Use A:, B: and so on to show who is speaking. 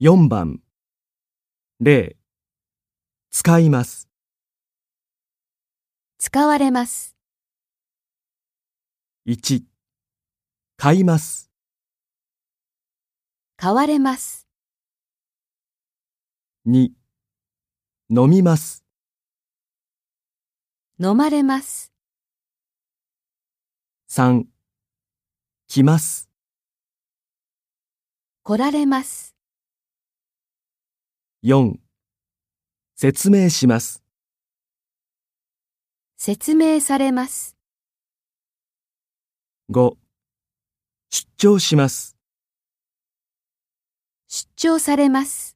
A: 4番0使います
B: 使われます、
A: 1買います
B: 買われます、
A: 2飲みます
B: 飲まれます、
A: 3来ます
B: 来られます、
A: 4説明します
B: 説明されます、
A: 5出張します
B: 出張されます。